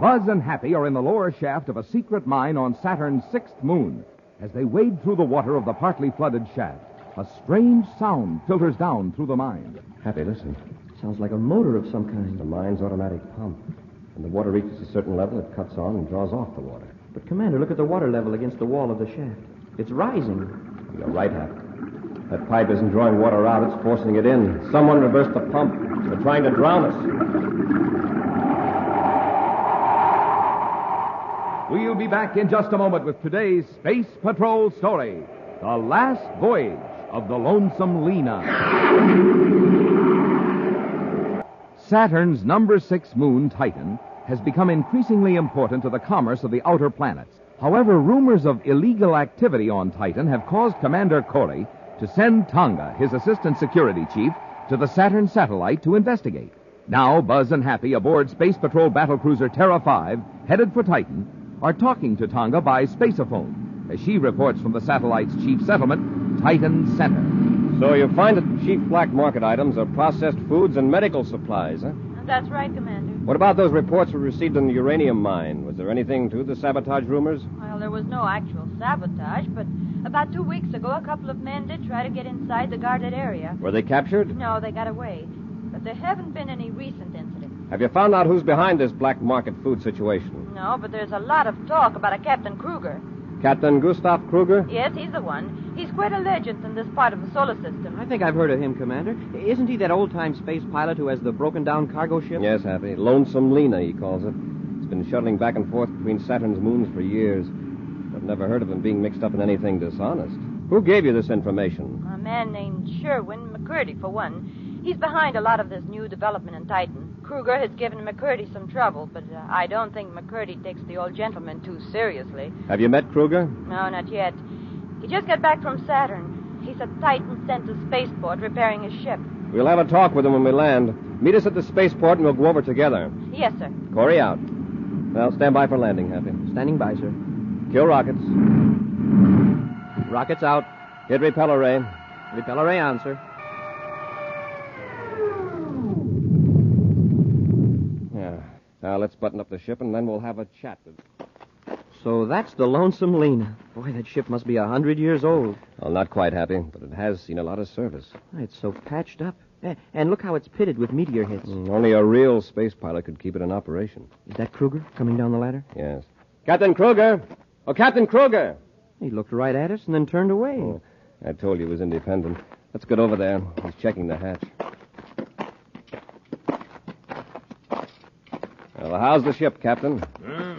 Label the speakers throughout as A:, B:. A: Buzz and Happy are in the lower shaft of a secret mine on Saturn's sixth moon. As they wade through the water of the partly flooded shaft, a strange sound filters down through the mine.
B: Happy, listen.
C: Sounds like a motor of some kind.
B: The mine's automatic pump. When the water reaches a certain level, it cuts on and draws off the water.
C: But, Commander, look at the water level against the wall of the shaft. It's rising.
B: You're right, Happy. That pipe isn't drawing water out, it's forcing it in. Someone reversed the pump. They're trying to drown us.
A: We'll be back in just a moment with today's Space Patrol story The Last Voyage of the Lonesome Lena. Saturn's number six moon, Titan, has become increasingly important to the commerce of the outer planets. However, rumors of illegal activity on Titan have caused Commander Corey to send Tonga, his assistant security chief, to the Saturn satellite to investigate. Now, Buzz and Happy aboard Space Patrol battlecruiser Terra 5, headed for Titan, are talking to Tonga by spaceophone as she reports from the satellite's chief settlement, Titan Center.
B: So you find that the chief black market items are processed foods and medical supplies, huh?
D: That's right, Commander.
B: What about those reports we received in the uranium mine? Was there anything to the sabotage rumors?
D: Well, there was no actual sabotage, but about two weeks ago, a couple of men did try to get inside the guarded area.
B: Were they captured?
D: No, they got away. But there haven't been any recent incidents.
B: Have you found out who's behind this black market food situation?
D: No, but there's a lot of talk about a Captain Kruger.
B: Captain Gustav Kruger?
D: Yes, he's the one. He's quite a legend in this part of the solar system.
C: I think I've heard of him, Commander. Isn't he that old time space pilot who has the broken down cargo ship?
B: Yes, Happy. Lonesome Lena, he calls it. It's been shuttling back and forth between Saturn's moons for years. I've never heard of him being mixed up in anything dishonest. Who gave you this information?
D: A man named Sherwin McCurdy, for one. He's behind a lot of this new development in Titan. Kruger has given McCurdy some trouble, but uh, I don't think McCurdy takes the old gentleman too seriously.
B: Have you met Kruger?
D: No, not yet. He just got back from Saturn. He's at Titan Center spaceport repairing his ship.
B: We'll have a talk with him when we land. Meet us at the spaceport and we'll go over together.
D: Yes, sir.
B: Corey out. Now stand by for landing, Happy.
C: Standing by, sir.
B: Kill rockets.
C: Rockets out.
B: Hit repeller ray.
C: Repeller ray on, sir.
B: Yeah. Now let's button up the ship and then we'll have a chat with.
C: So that's the Lonesome Lena. Boy, that ship must be a hundred years old.
B: Well, not quite happy, but it has seen a lot of service.
C: It's so patched up. Eh, And look how it's pitted with meteor hits.
B: Hmm, Only a real space pilot could keep it in operation.
C: Is that Kruger coming down the ladder?
B: Yes. Captain Kruger! Oh, Captain Kruger!
C: He looked right at us and then turned away.
B: Oh. I told you he was independent. Let's get over there. He's checking the hatch. Well, how's the ship, Captain?
E: Huh?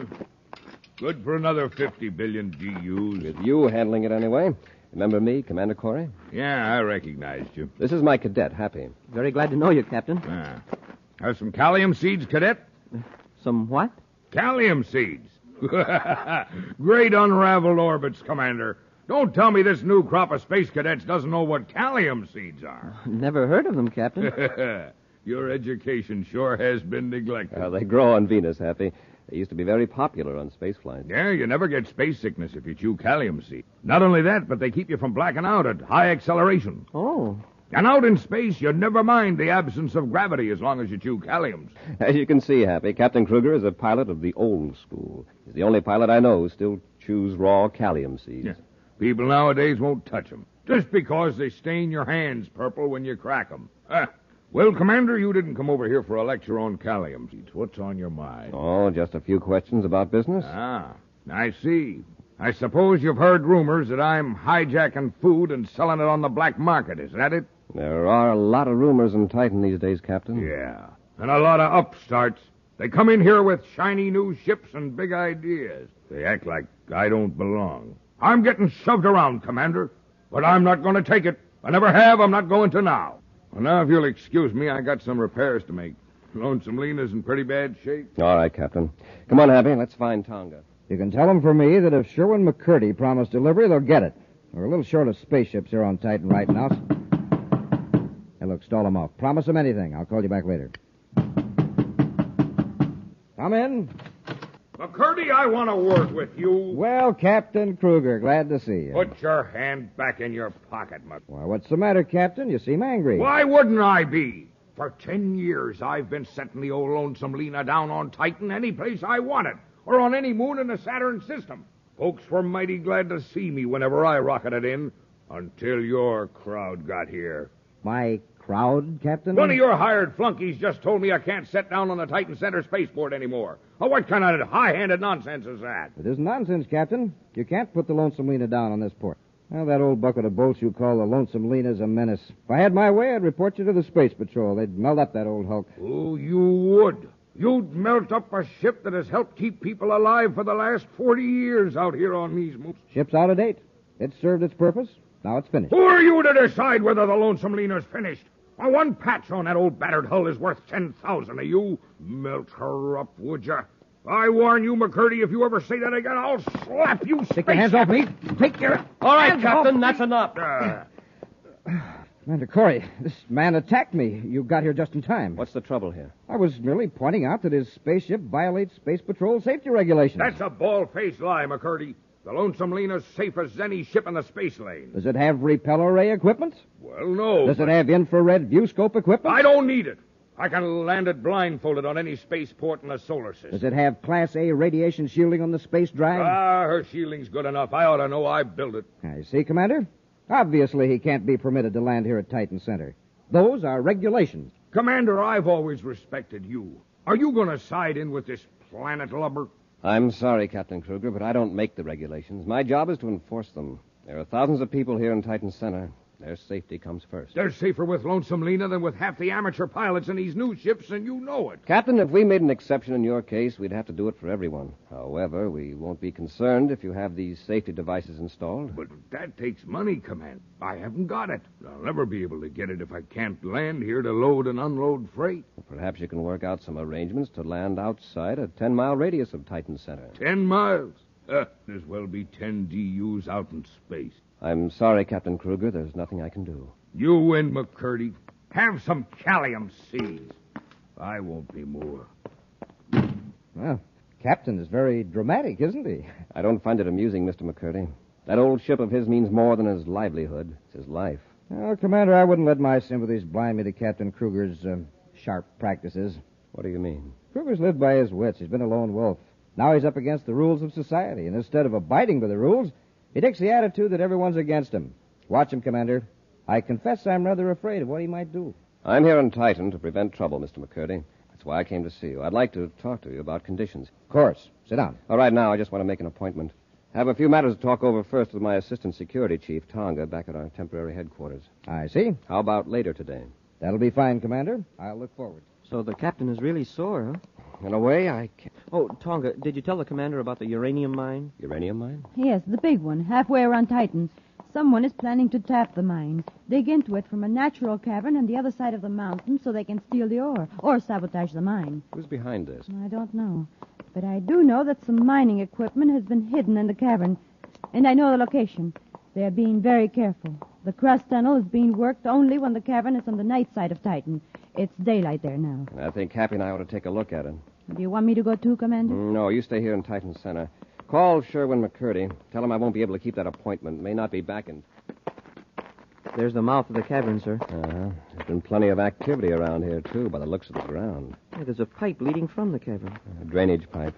E: Good for another 50 billion GUs.
B: With you handling it anyway. Remember me, Commander Corey?
E: Yeah, I recognized you.
B: This is my cadet, Happy.
C: Very glad to know you, Captain.
E: Ah. Have some callium seeds, cadet?
C: Some what?
E: Callium seeds. Great unraveled orbits, Commander. Don't tell me this new crop of space cadets doesn't know what callium seeds are.
C: Never heard of them, Captain.
E: Your education sure has been neglected.
B: Uh, they grow on Venus, Happy. They used to be very popular on space flights.
E: Yeah, you never get space sickness if you chew callium seed. Not only that, but they keep you from blacking out at high acceleration.
C: oh,
E: And out in space, you never mind the absence of gravity as long as you chew calliums.
B: As you can see, Happy, Captain Kruger is a pilot of the old school. He's the only pilot I know who still chews raw callium seeds.
E: Yeah. People nowadays won't touch 'em just because they stain your hands purple when you crack 'em. Ah. Well, Commander, you didn't come over here for a lecture on callium seeds. What's on your mind?
B: Oh, just a few questions about business?
E: Ah, I see. I suppose you've heard rumors that I'm hijacking food and selling it on the black market. Is that it?
B: There are a lot of rumors in Titan these days, Captain.
E: Yeah. And a lot of upstarts. They come in here with shiny new ships and big ideas. They act like I don't belong. I'm getting shoved around, Commander. But I'm not going to take it. I never have. I'm not going to now. Well, now, if you'll excuse me, I got some repairs to make. Lonesome Lena's in pretty bad shape.
B: All right, Captain. Come on, Happy. Let's find Tonga.
F: You can tell them for me that if Sherwin McCurdy promised delivery, they'll get it. We're a little short of spaceships here on Titan right now. Hey, look, stall them off. Promise them anything. I'll call you back later. Come in.
E: McCurdy, I want to work with you.
F: Well, Captain Kruger, glad to see you.
E: Put your hand back in your pocket, Mc.
F: Why, what's the matter, Captain? You seem angry.
E: Why wouldn't I be? For ten years, I've been setting the old lonesome Lena down on Titan any place I wanted, or on any moon in the Saturn system. Folks were mighty glad to see me whenever I rocketed in, until your crowd got here.
F: My crowd, Captain?
E: One of your hired flunkies just told me I can't set down on the Titan Center spaceport anymore. Oh, what kind of high-handed nonsense is that?
F: It is nonsense, Captain. You can't put the Lonesome Lena down on this port. Well, that old bucket of bolts you call the Lonesome Lena's a menace. If I had my way, I'd report you to the Space Patrol. They'd melt up that old hulk.
E: Oh, you would. You'd melt up a ship that has helped keep people alive for the last 40 years out here on these moons.
F: Ship's out of date. It served its purpose. Now it's finished.
E: Who are you to decide whether the Lonesome Leaner's finished? Why, one patch on that old battered hull is worth 10,000 of you. Melt her up, would you? I warn you, McCurdy, if you ever say that again, I'll slap you.
F: Take your hands off me. Take your.
C: All right, Captain, that's enough.
E: Uh,
F: Commander Corey, this man attacked me. You got here just in time.
B: What's the trouble here?
F: I was merely pointing out that his spaceship violates Space Patrol safety regulations.
E: that's a bald-faced lie, McCurdy. The Lonesome Leaner's safe as any ship in the space lane.
F: Does it have repeller ray equipment?
E: Well, no.
F: Does it have infrared view scope equipment?
E: I don't need it. I can land it blindfolded on any spaceport in the solar system.
F: Does it have Class A radiation shielding on the space drive?
E: Ah, her shielding's good enough. I ought to know I built it.
F: I see, Commander. Obviously, he can't be permitted to land here at Titan Center. Those are regulations.
E: Commander, I've always respected you. Are you going to side in with this planet lubber?
B: I'm sorry, Captain Kruger, but I don't make the regulations. My job is to enforce them. There are thousands of people here in Titan Center. Their safety comes first.
E: They're safer with Lonesome Lena than with half the amateur pilots in these new ships, and you know it.
B: Captain, if we made an exception in your case, we'd have to do it for everyone. However, we won't be concerned if you have these safety devices installed.
E: But that takes money, Commander. I haven't got it. I'll never be able to get it if I can't land here to load and unload freight.
B: Perhaps you can work out some arrangements to land outside a 10 mile radius of Titan Center.
E: Ten miles. Uh, there's well be ten DUs out in space.
B: I'm sorry, Captain Kruger. There's nothing I can do.
E: You win, McCurdy. Have some Callium Seas. I won't be more.
F: Well, Captain is very dramatic, isn't he?
B: I don't find it amusing, Mr. McCurdy. That old ship of his means more than his livelihood. It's his life.
F: Well, Commander, I wouldn't let my sympathies blind me to Captain Kruger's um, sharp practices.
B: What do you mean?
F: Kruger's lived by his wits. He's been a lone wolf. Now he's up against the rules of society, and instead of abiding by the rules, he takes the attitude that everyone's against him. Watch him, Commander. I confess I'm rather afraid of what he might do.
B: I'm here on Titan to prevent trouble, Mr. McCurdy. That's why I came to see you. I'd like to talk to you about conditions.
F: Of course. Sit down.
B: All right, now, I just want to make an appointment. Have a few matters to talk over first with my assistant security chief, Tonga, back at our temporary headquarters.
F: I see.
B: How about later today?
F: That'll be fine, Commander. I'll look forward.
C: So the captain is really sore, huh?
B: In a way, I can't.
C: Oh, Tonga, did you tell the commander about the uranium mine?
B: Uranium mine?
D: Yes, the big one, halfway around Titan. Someone is planning to tap the mine, dig into it from a natural cavern on the other side of the mountain so they can steal the ore or sabotage the mine.
B: Who's behind this?
D: I don't know. But I do know that some mining equipment has been hidden in the cavern. And I know the location. They are being very careful. The crust tunnel is being worked only when the cavern is on the night side of Titan. It's daylight there now.
B: I think Happy and I ought to take a look at it.
D: Do you want me to go too, Commander?
B: No, you stay here in Titan Center. Call Sherwin McCurdy. Tell him I won't be able to keep that appointment. May not be back in.
C: There's the mouth of the cavern, sir.
B: Uh-huh. There's been plenty of activity around here, too, by the looks of the ground.
C: Yeah, there's a pipe leading from the cavern.
B: A drainage pipe.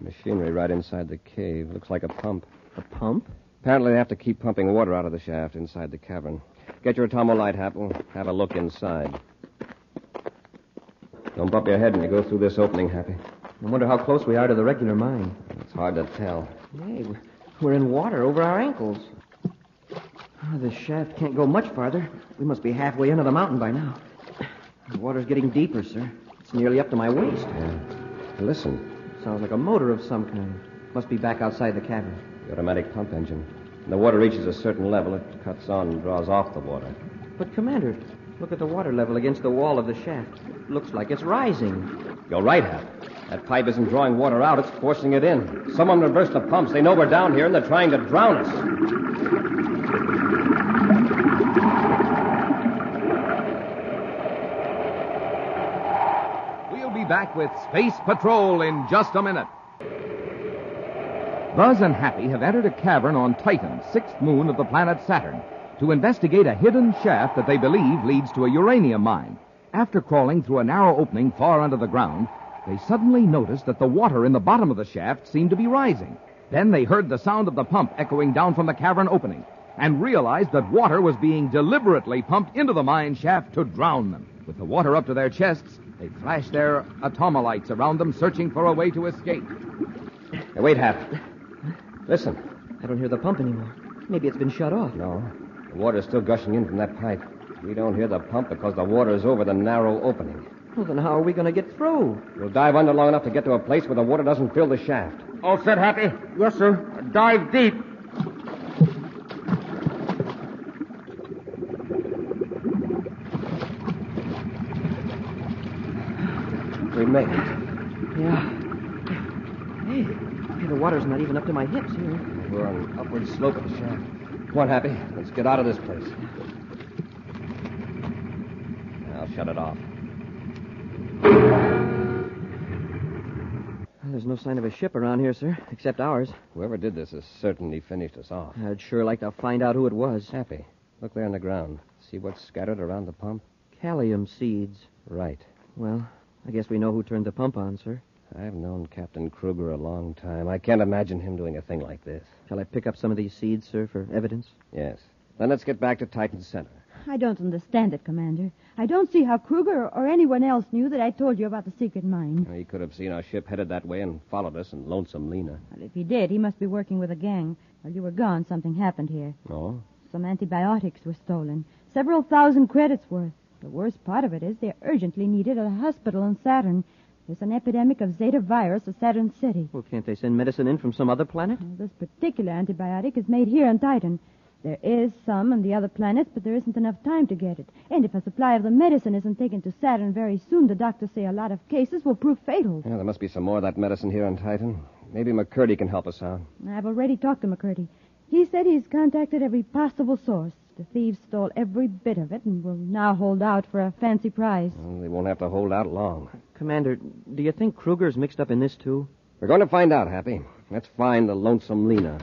B: Machinery right inside the cave. Looks like a pump.
C: A pump?
B: Apparently, they have to keep pumping water out of the shaft inside the cavern. Get your atomolite, Hap. We'll have a look inside. Don't bump your head when you go through this opening, Happy.
C: I wonder how close we are to the regular mine.
B: It's hard to tell.
C: Hey, we're- we're in water over our ankles. Oh, this shaft can't go much farther. We must be halfway into the mountain by now. The water's getting deeper, sir. It's nearly up to my waist.
B: Yeah. Listen,
C: Sounds like a motor of some kind. Must be back outside the cavern.
B: the automatic pump engine. When the water reaches a certain level, it cuts on and draws off the water.
C: But, Commander, look at the water level against the wall of the shaft. Looks like it's rising.
B: You're right, Hap. That pipe isn't drawing water out, it's forcing it in. Someone reversed the pumps. They know we're down here and they're trying to drown us.
A: We'll be back with Space Patrol in just a minute. Buzz and Happy have entered a cavern on Titan, sixth moon of the planet Saturn, to investigate a hidden shaft that they believe leads to a uranium mine. After crawling through a narrow opening far under the ground, they suddenly noticed that the water in the bottom of the shaft seemed to be rising. Then they heard the sound of the pump echoing down from the cavern opening and realized that water was being deliberately pumped into the mine shaft to drown them. With the water up to their chests, they flashed their atomolites around them, searching for a way to escape.
B: Hey, wait, Hap. Listen.
C: I don't hear the pump anymore. Maybe it's been shut off.
B: No. The water's still gushing in from that pipe. We don't hear the pump because the water's over the narrow opening.
C: Well, then how are we going to get through?
B: We'll dive under long enough to get to a place where the water doesn't fill the shaft.
E: All set, Happy? Yes, sir. Dive deep.
B: We make it.
C: Yeah. Hey, hey, the water's not even up to my hips here.
B: We're on an upward slope of the shaft. Come on, Happy. Let's get out of this place. I'll shut it off.
C: Well, There's no sign of a ship around here, sir, except ours.
B: Whoever did this has certainly finished us off.
C: I'd sure like to find out who it was.
B: Happy. Look there on the ground. See what's scattered around the pump?
C: Callium seeds.
B: Right.
C: Well, I guess we know who turned the pump on, sir.
B: I've known Captain Kruger a long time. I can't imagine him doing a thing like this.
C: Shall I pick up some of these seeds, sir, for evidence?
B: Yes. Then let's get back to Titan Center.
D: I don't understand it, Commander. I don't see how Kruger or anyone else knew that I told you about the secret mine.
B: He could have seen our ship headed that way and followed us and Lonesome Lena.
D: Well, if he did, he must be working with a gang. While you were gone, something happened here.
B: Oh?
D: Some antibiotics were stolen, several thousand credits worth. The worst part of it is they're urgently needed at a hospital in Saturn. There's an epidemic of Zeta virus in Saturn City.
C: Well, can't they send medicine in from some other planet?
D: Now, This particular antibiotic is made here on Titan. There is some on the other planets, but there isn't enough time to get it. And if a supply of the medicine isn't taken to Saturn very soon, the doctors say a lot of cases will prove fatal.
B: Yeah, there must be some more of that medicine here on Titan. Maybe McCurdy can help us out.
D: I've already talked to McCurdy. He said he's contacted every possible source. The thieves stole every bit of it and will now hold out for a fancy prize.
B: Well, they won't have to hold out long.
C: Commander, do you think Kruger's mixed up in this, too?
B: We're going to find out, Happy. Let's find the Lonesome Lena.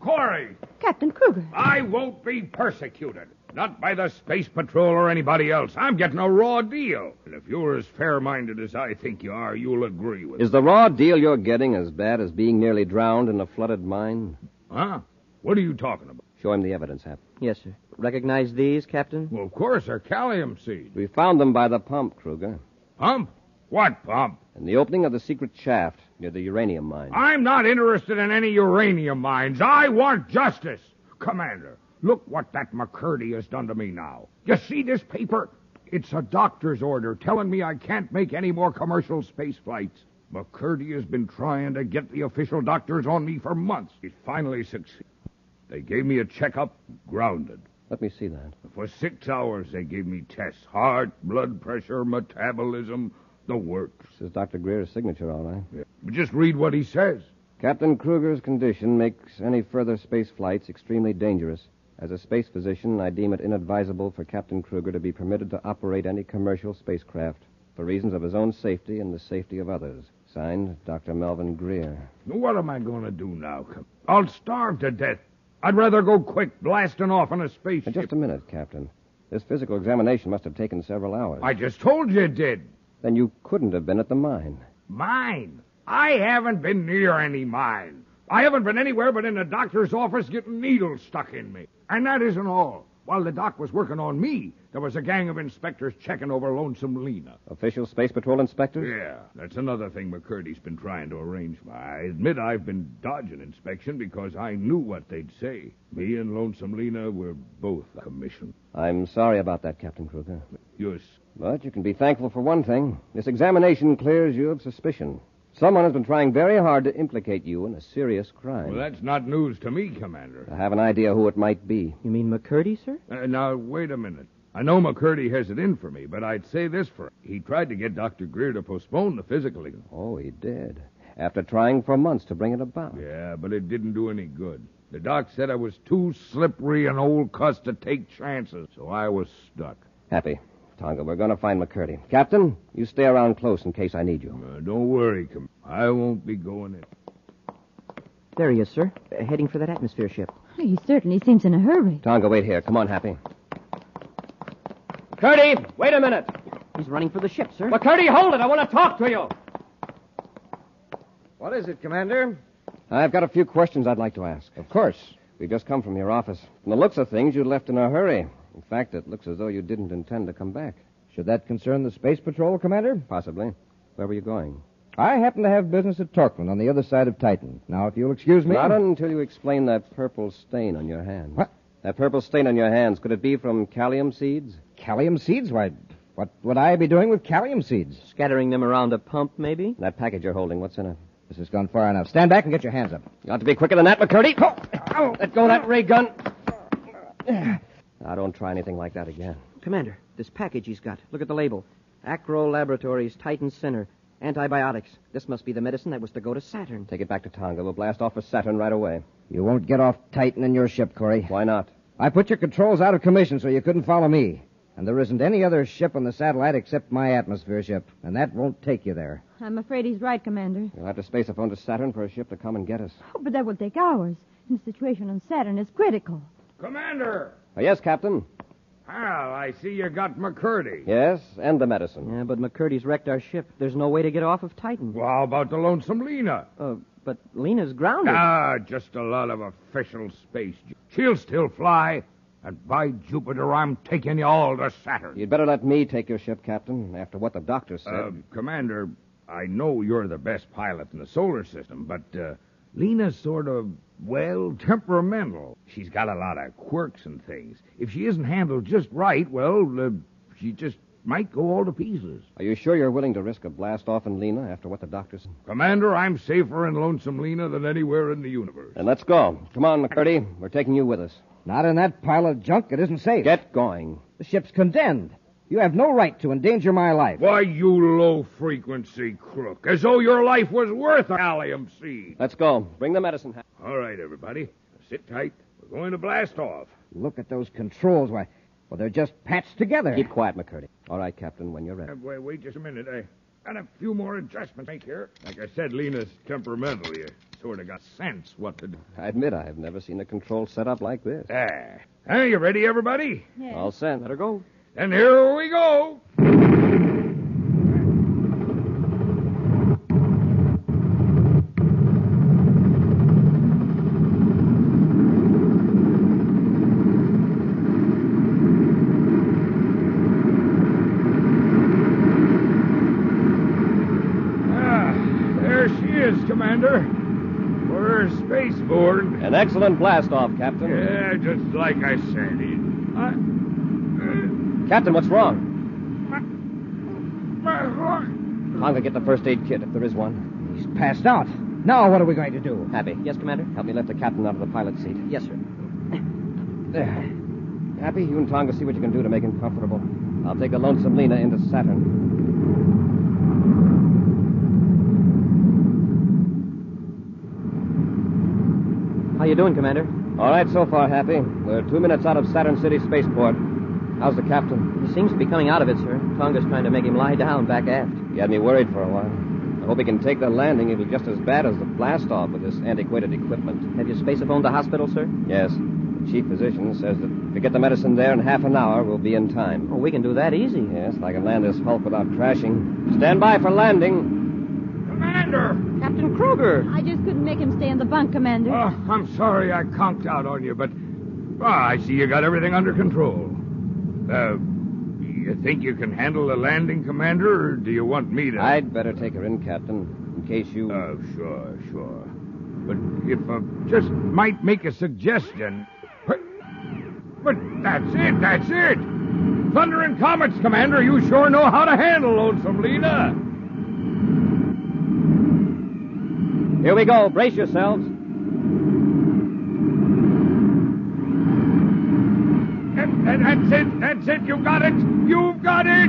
E: Corey,
D: Captain Kruger.
E: I won't be persecuted. Not by the Space Patrol or anybody else. I'm getting a raw deal. And if you're as fair minded as I think you are, you'll agree with
B: Is the raw deal you're getting as bad as being nearly drowned in a flooded mine?
E: Huh? What are you talking about?
B: Show him the evidence, Happy.
C: Yes, sir. Recognize these, Captain?
E: Well, of course, they're callium seeds.
B: We found them by the pump, Kruger,
E: Pump? What pump?
B: in the opening of the secret shaft near the uranium mine.
E: I'm not interested in any uranium mines. I want justice. Commander, look what that McCurdy has done to me now. You see this paper? It's a doctor's order telling me I can't make any more commercial space flights. McCurdy has been trying to get the official doctors on me for months. He finally succeeded. They gave me a checkup, grounded.
B: Let me see that.
E: For six hours, they gave me tests heart, blood pressure, metabolism, the works.
B: This is Dr. Greer's signature, all right.
E: Just read what he says.
B: Captain Kruger's condition makes any further space flights extremely dangerous. As a space physician, I deem it inadvisable for Captain Kruger to be permitted to operate any commercial spacecraft for reasons of his own safety and the safety of others. Signed, Dr. Melvin Greer.
E: What am I going to do now? Com- I'll starve to death. I'd rather go quick blasting off in a
B: Now,
E: spaceship.
B: just a minute, Captain. This physical examination must have taken several hours.
E: I just told you it did.
B: Then you couldn't have been at the mine.
E: Mine. I haven't been near any mine. I haven't been anywhere but in the doctor's office getting needles stuck in me. And that isn't all. While the doc was working on me, there was a gang of inspectors checking over Lonesome Lena.
B: Official Space Patrol inspectors?
E: Yeah, that's another thing McCurdy's been trying to arrange for. I admit I've been dodging inspection because I knew what they'd say. Me and Lonesome Lena were both commissioned.
B: I'm sorry about that, Captain Kruger.
E: You're
B: But you can be thankful for one thing. This examination clears you of suspicion. Someone has been trying very hard to implicate you in a serious crime.
E: Well, that's not news to me, Commander.
B: I have an idea who it might be.
C: You mean McCurdy, sir?
E: Uh, now, wait a minute. I know McCurdy has it in for me, but I'd say this for him. He tried to get Dr. Greer to postpone the physical exam.
B: Oh, he did. After trying for months to bring it about.
E: Yeah, but it didn't do any good. The doc said I was too slippery an old cuss to take chances, so I was stuck.
B: Happy. Tonga, we're going to find McCurdy. Captain, you stay around close in case I need you.
E: Uh, don't worry, Com- I won't be going in.
C: There he is, sir. Uh, heading for that atmosphere ship.
D: He certainly seems in a hurry.
B: Tonga, wait here. Come on, Happy. Curdy, wait a minute.
C: He's running for the ship, sir.
G: McCurdy, hold it. I want to talk to you.
F: What is it, Commander?
B: I've got a few questions I'd like to ask.
F: Of course.
B: We've just come from your office. From the looks of things, you left in a hurry. In fact, it looks as though you didn't intend to come back.
F: Should that concern the Space Patrol, Commander?
B: Possibly. Where were you going?
F: I happen to have business at Torquay on the other side of Titan. Now, if you'll excuse me.
B: Not until you explain that purple stain on your hands.
F: What?
B: That purple stain on your hands. Could it be from callium seeds?
F: Callium seeds? Why, what would I be doing with callium seeds?
C: Scattering them around a pump, maybe?
B: That package you're holding, what's in it?
F: This has gone far enough. Stand back and get your hands up.
B: You ought to be quicker than that, McCurdy.
F: Oh,
B: Let go of that ray gun. Now, don't try anything like that again.
C: Commander, this package he's got. Look at the label. Acro Laboratories, Titan Center. Antibiotics. This must be the medicine that was to go to Saturn.
B: Take it back to Tonga. We'll blast off for Saturn right away.
F: You won't get off Titan in your ship, Corey.
B: Why not?
F: I put your controls out of commission so you couldn't follow me. And there isn't any other ship on the satellite except my atmosphere ship, and that won't take you there.
D: I'm afraid he's right, Commander.
B: You'll have to space a phone to Saturn for a ship to come and get us.
D: Oh, but that will take hours. And the situation on Saturn is critical.
E: Commander!
B: Uh, yes, Captain.
E: Hal, I see you got McCurdy.
B: Yes, and the medicine.
C: Yeah, but McCurdy's wrecked our ship. There's no way to get off of Titan.
E: Well, how about the lonesome Lena?
C: Uh, but Lena's
F: Hmm.
C: grounded.
E: Ah, just a lot of official space. She'll still fly. And by Jupiter, I'm taking you all to Saturn.
B: You'd better let me take your ship, Captain, after what the doctor said.
E: Uh, Commander, I know you're the best pilot in the solar system, but uh, Lena's sort of, well, temperamental. She's got a lot of quirks and things. If she isn't handled just right, well, uh, she just might go all to pieces.
B: Are you sure you're willing to risk a blast off in Lena after what the doctor said?
E: Commander, I'm safer in Lonesome Lena than anywhere in the universe.
B: Then let's go. Come on, McCurdy. We're taking you with us.
F: Not in that pile of junk. It isn't safe.
B: Get going.
F: The ship's condemned. You have no right to endanger my life.
E: Why, you low frequency crook, as though your life was worth a allium seed.
B: Let's go. Bring the medicine. Hal.
E: All right, everybody. Sit tight. We're going to blast off.
F: Look at those controls. Why, well, they're just patched together.
B: Keep quiet, McCurdy. All right, Captain, when you're ready.
E: Uh, Wait, wait just a minute. I got a few more adjustments to make here. Like I said, Lena's temperamental. You sort of got sense what to do.
B: I admit I have never seen a control set up like this.
E: There. Are you ready, everybody?
B: All set. Let her go.
E: And here we go. Ah, there she is, Commander. We're spaceborne.
B: An excellent blast off, Captain.
E: Yeah, just like I said. It, I, uh,
B: Captain, what's wrong?
E: my heart.
B: Tonga, get the first aid kit if there is one.
F: He's passed out. Now what are we going to do?
B: Happy.
C: Yes, Commander?
B: Help me lift the captain out of the pilot seat.
C: Yes, sir.
B: There. Happy, you and Tonga see what you can do to make him comfortable. I'll take the lonesome Lena into Saturn.
C: How you doing, Commander?
B: All right, so far, Happy. We're two minutes out of Saturn City Spaceport. How's the captain?
C: He seems to be coming out of it, sir. Tonga's trying to make him lie down back aft.
B: He had me worried for a while. I hope he can take the landing. It'll be just as bad as the blast off with this antiquated equipment.
C: Have you spaceophoned the hospital, sir?
B: Yes. The chief physician says that if we get the medicine there in half an hour, we'll be in time.
C: Oh, we can do that easy.
B: Yes, if I can land this hulk without crashing. Stand by for landing.
E: Commander!
C: Captain Kruger!
D: I just couldn't make him stay in the bunk, Commander.
E: Oh, I'm sorry I conked out on you, but ah, I see you got everything under control. Uh, you think you can handle the landing, Commander, or do you want me to?
B: I'd better take her in, Captain, in case you.
E: Oh, sure, sure. But if I just might make a suggestion. But, but that's it, that's it! Thunder and comets, Commander, you sure know how to handle Lonesome Lena.
B: Here we go. Brace yourselves.
E: And, and that's it, that's it, you got it, you've got it!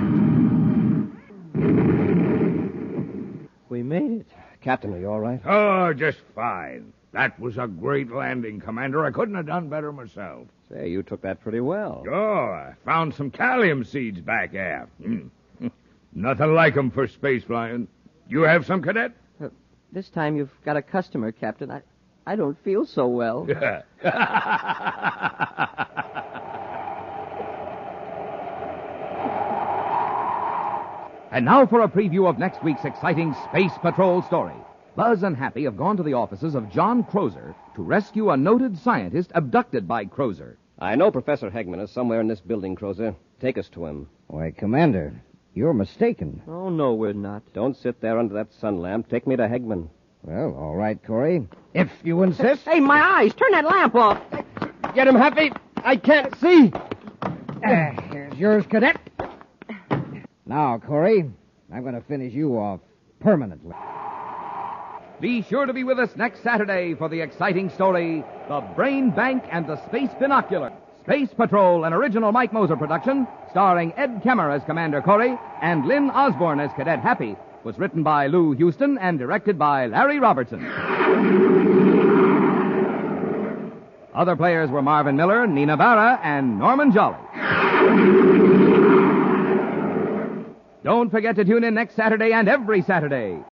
C: We made it.
B: Captain, are you all right?
E: Oh, just fine. That was a great landing, Commander. I couldn't have done better myself.
B: Say, you took that pretty well.
E: Oh, I found some callium seeds back aft. Hmm. Nothing like 'em for space flying. You have some, Cadet?
C: This time you've got a customer, Captain. I, I don't feel so well.
B: And now for a preview of next week's exciting Space Patrol story. Buzz and Happy have gone to the offices of John Crozer to rescue a noted scientist abducted by Crozer.
H: I know Professor Hegman is somewhere in this building, Crozer. Take us to him.
E: Why, Commander, you're mistaken.
C: Oh, no, we're not.
H: Don't sit there under that sun lamp. Take me to Hegman.
E: Well, all right, Corey. If you insist.
C: Hey, my eyes! Turn that lamp off!
I: Get him, Happy. I can't see.
E: Ah, here's yours, Cadet. Now, Corey, I'm going to finish you off permanently.
B: Be sure to be with us next Saturday for the exciting story The Brain Bank and the Space Binocular. Space Patrol, an original Mike Moser production, starring Ed Kemmer as Commander Corey and Lynn Osborne as Cadet Happy, was written by Lou Houston and directed by Larry Robertson. Other players were Marvin Miller, Nina Vara, and Norman Jolly. Don't forget to tune in next Saturday and every Saturday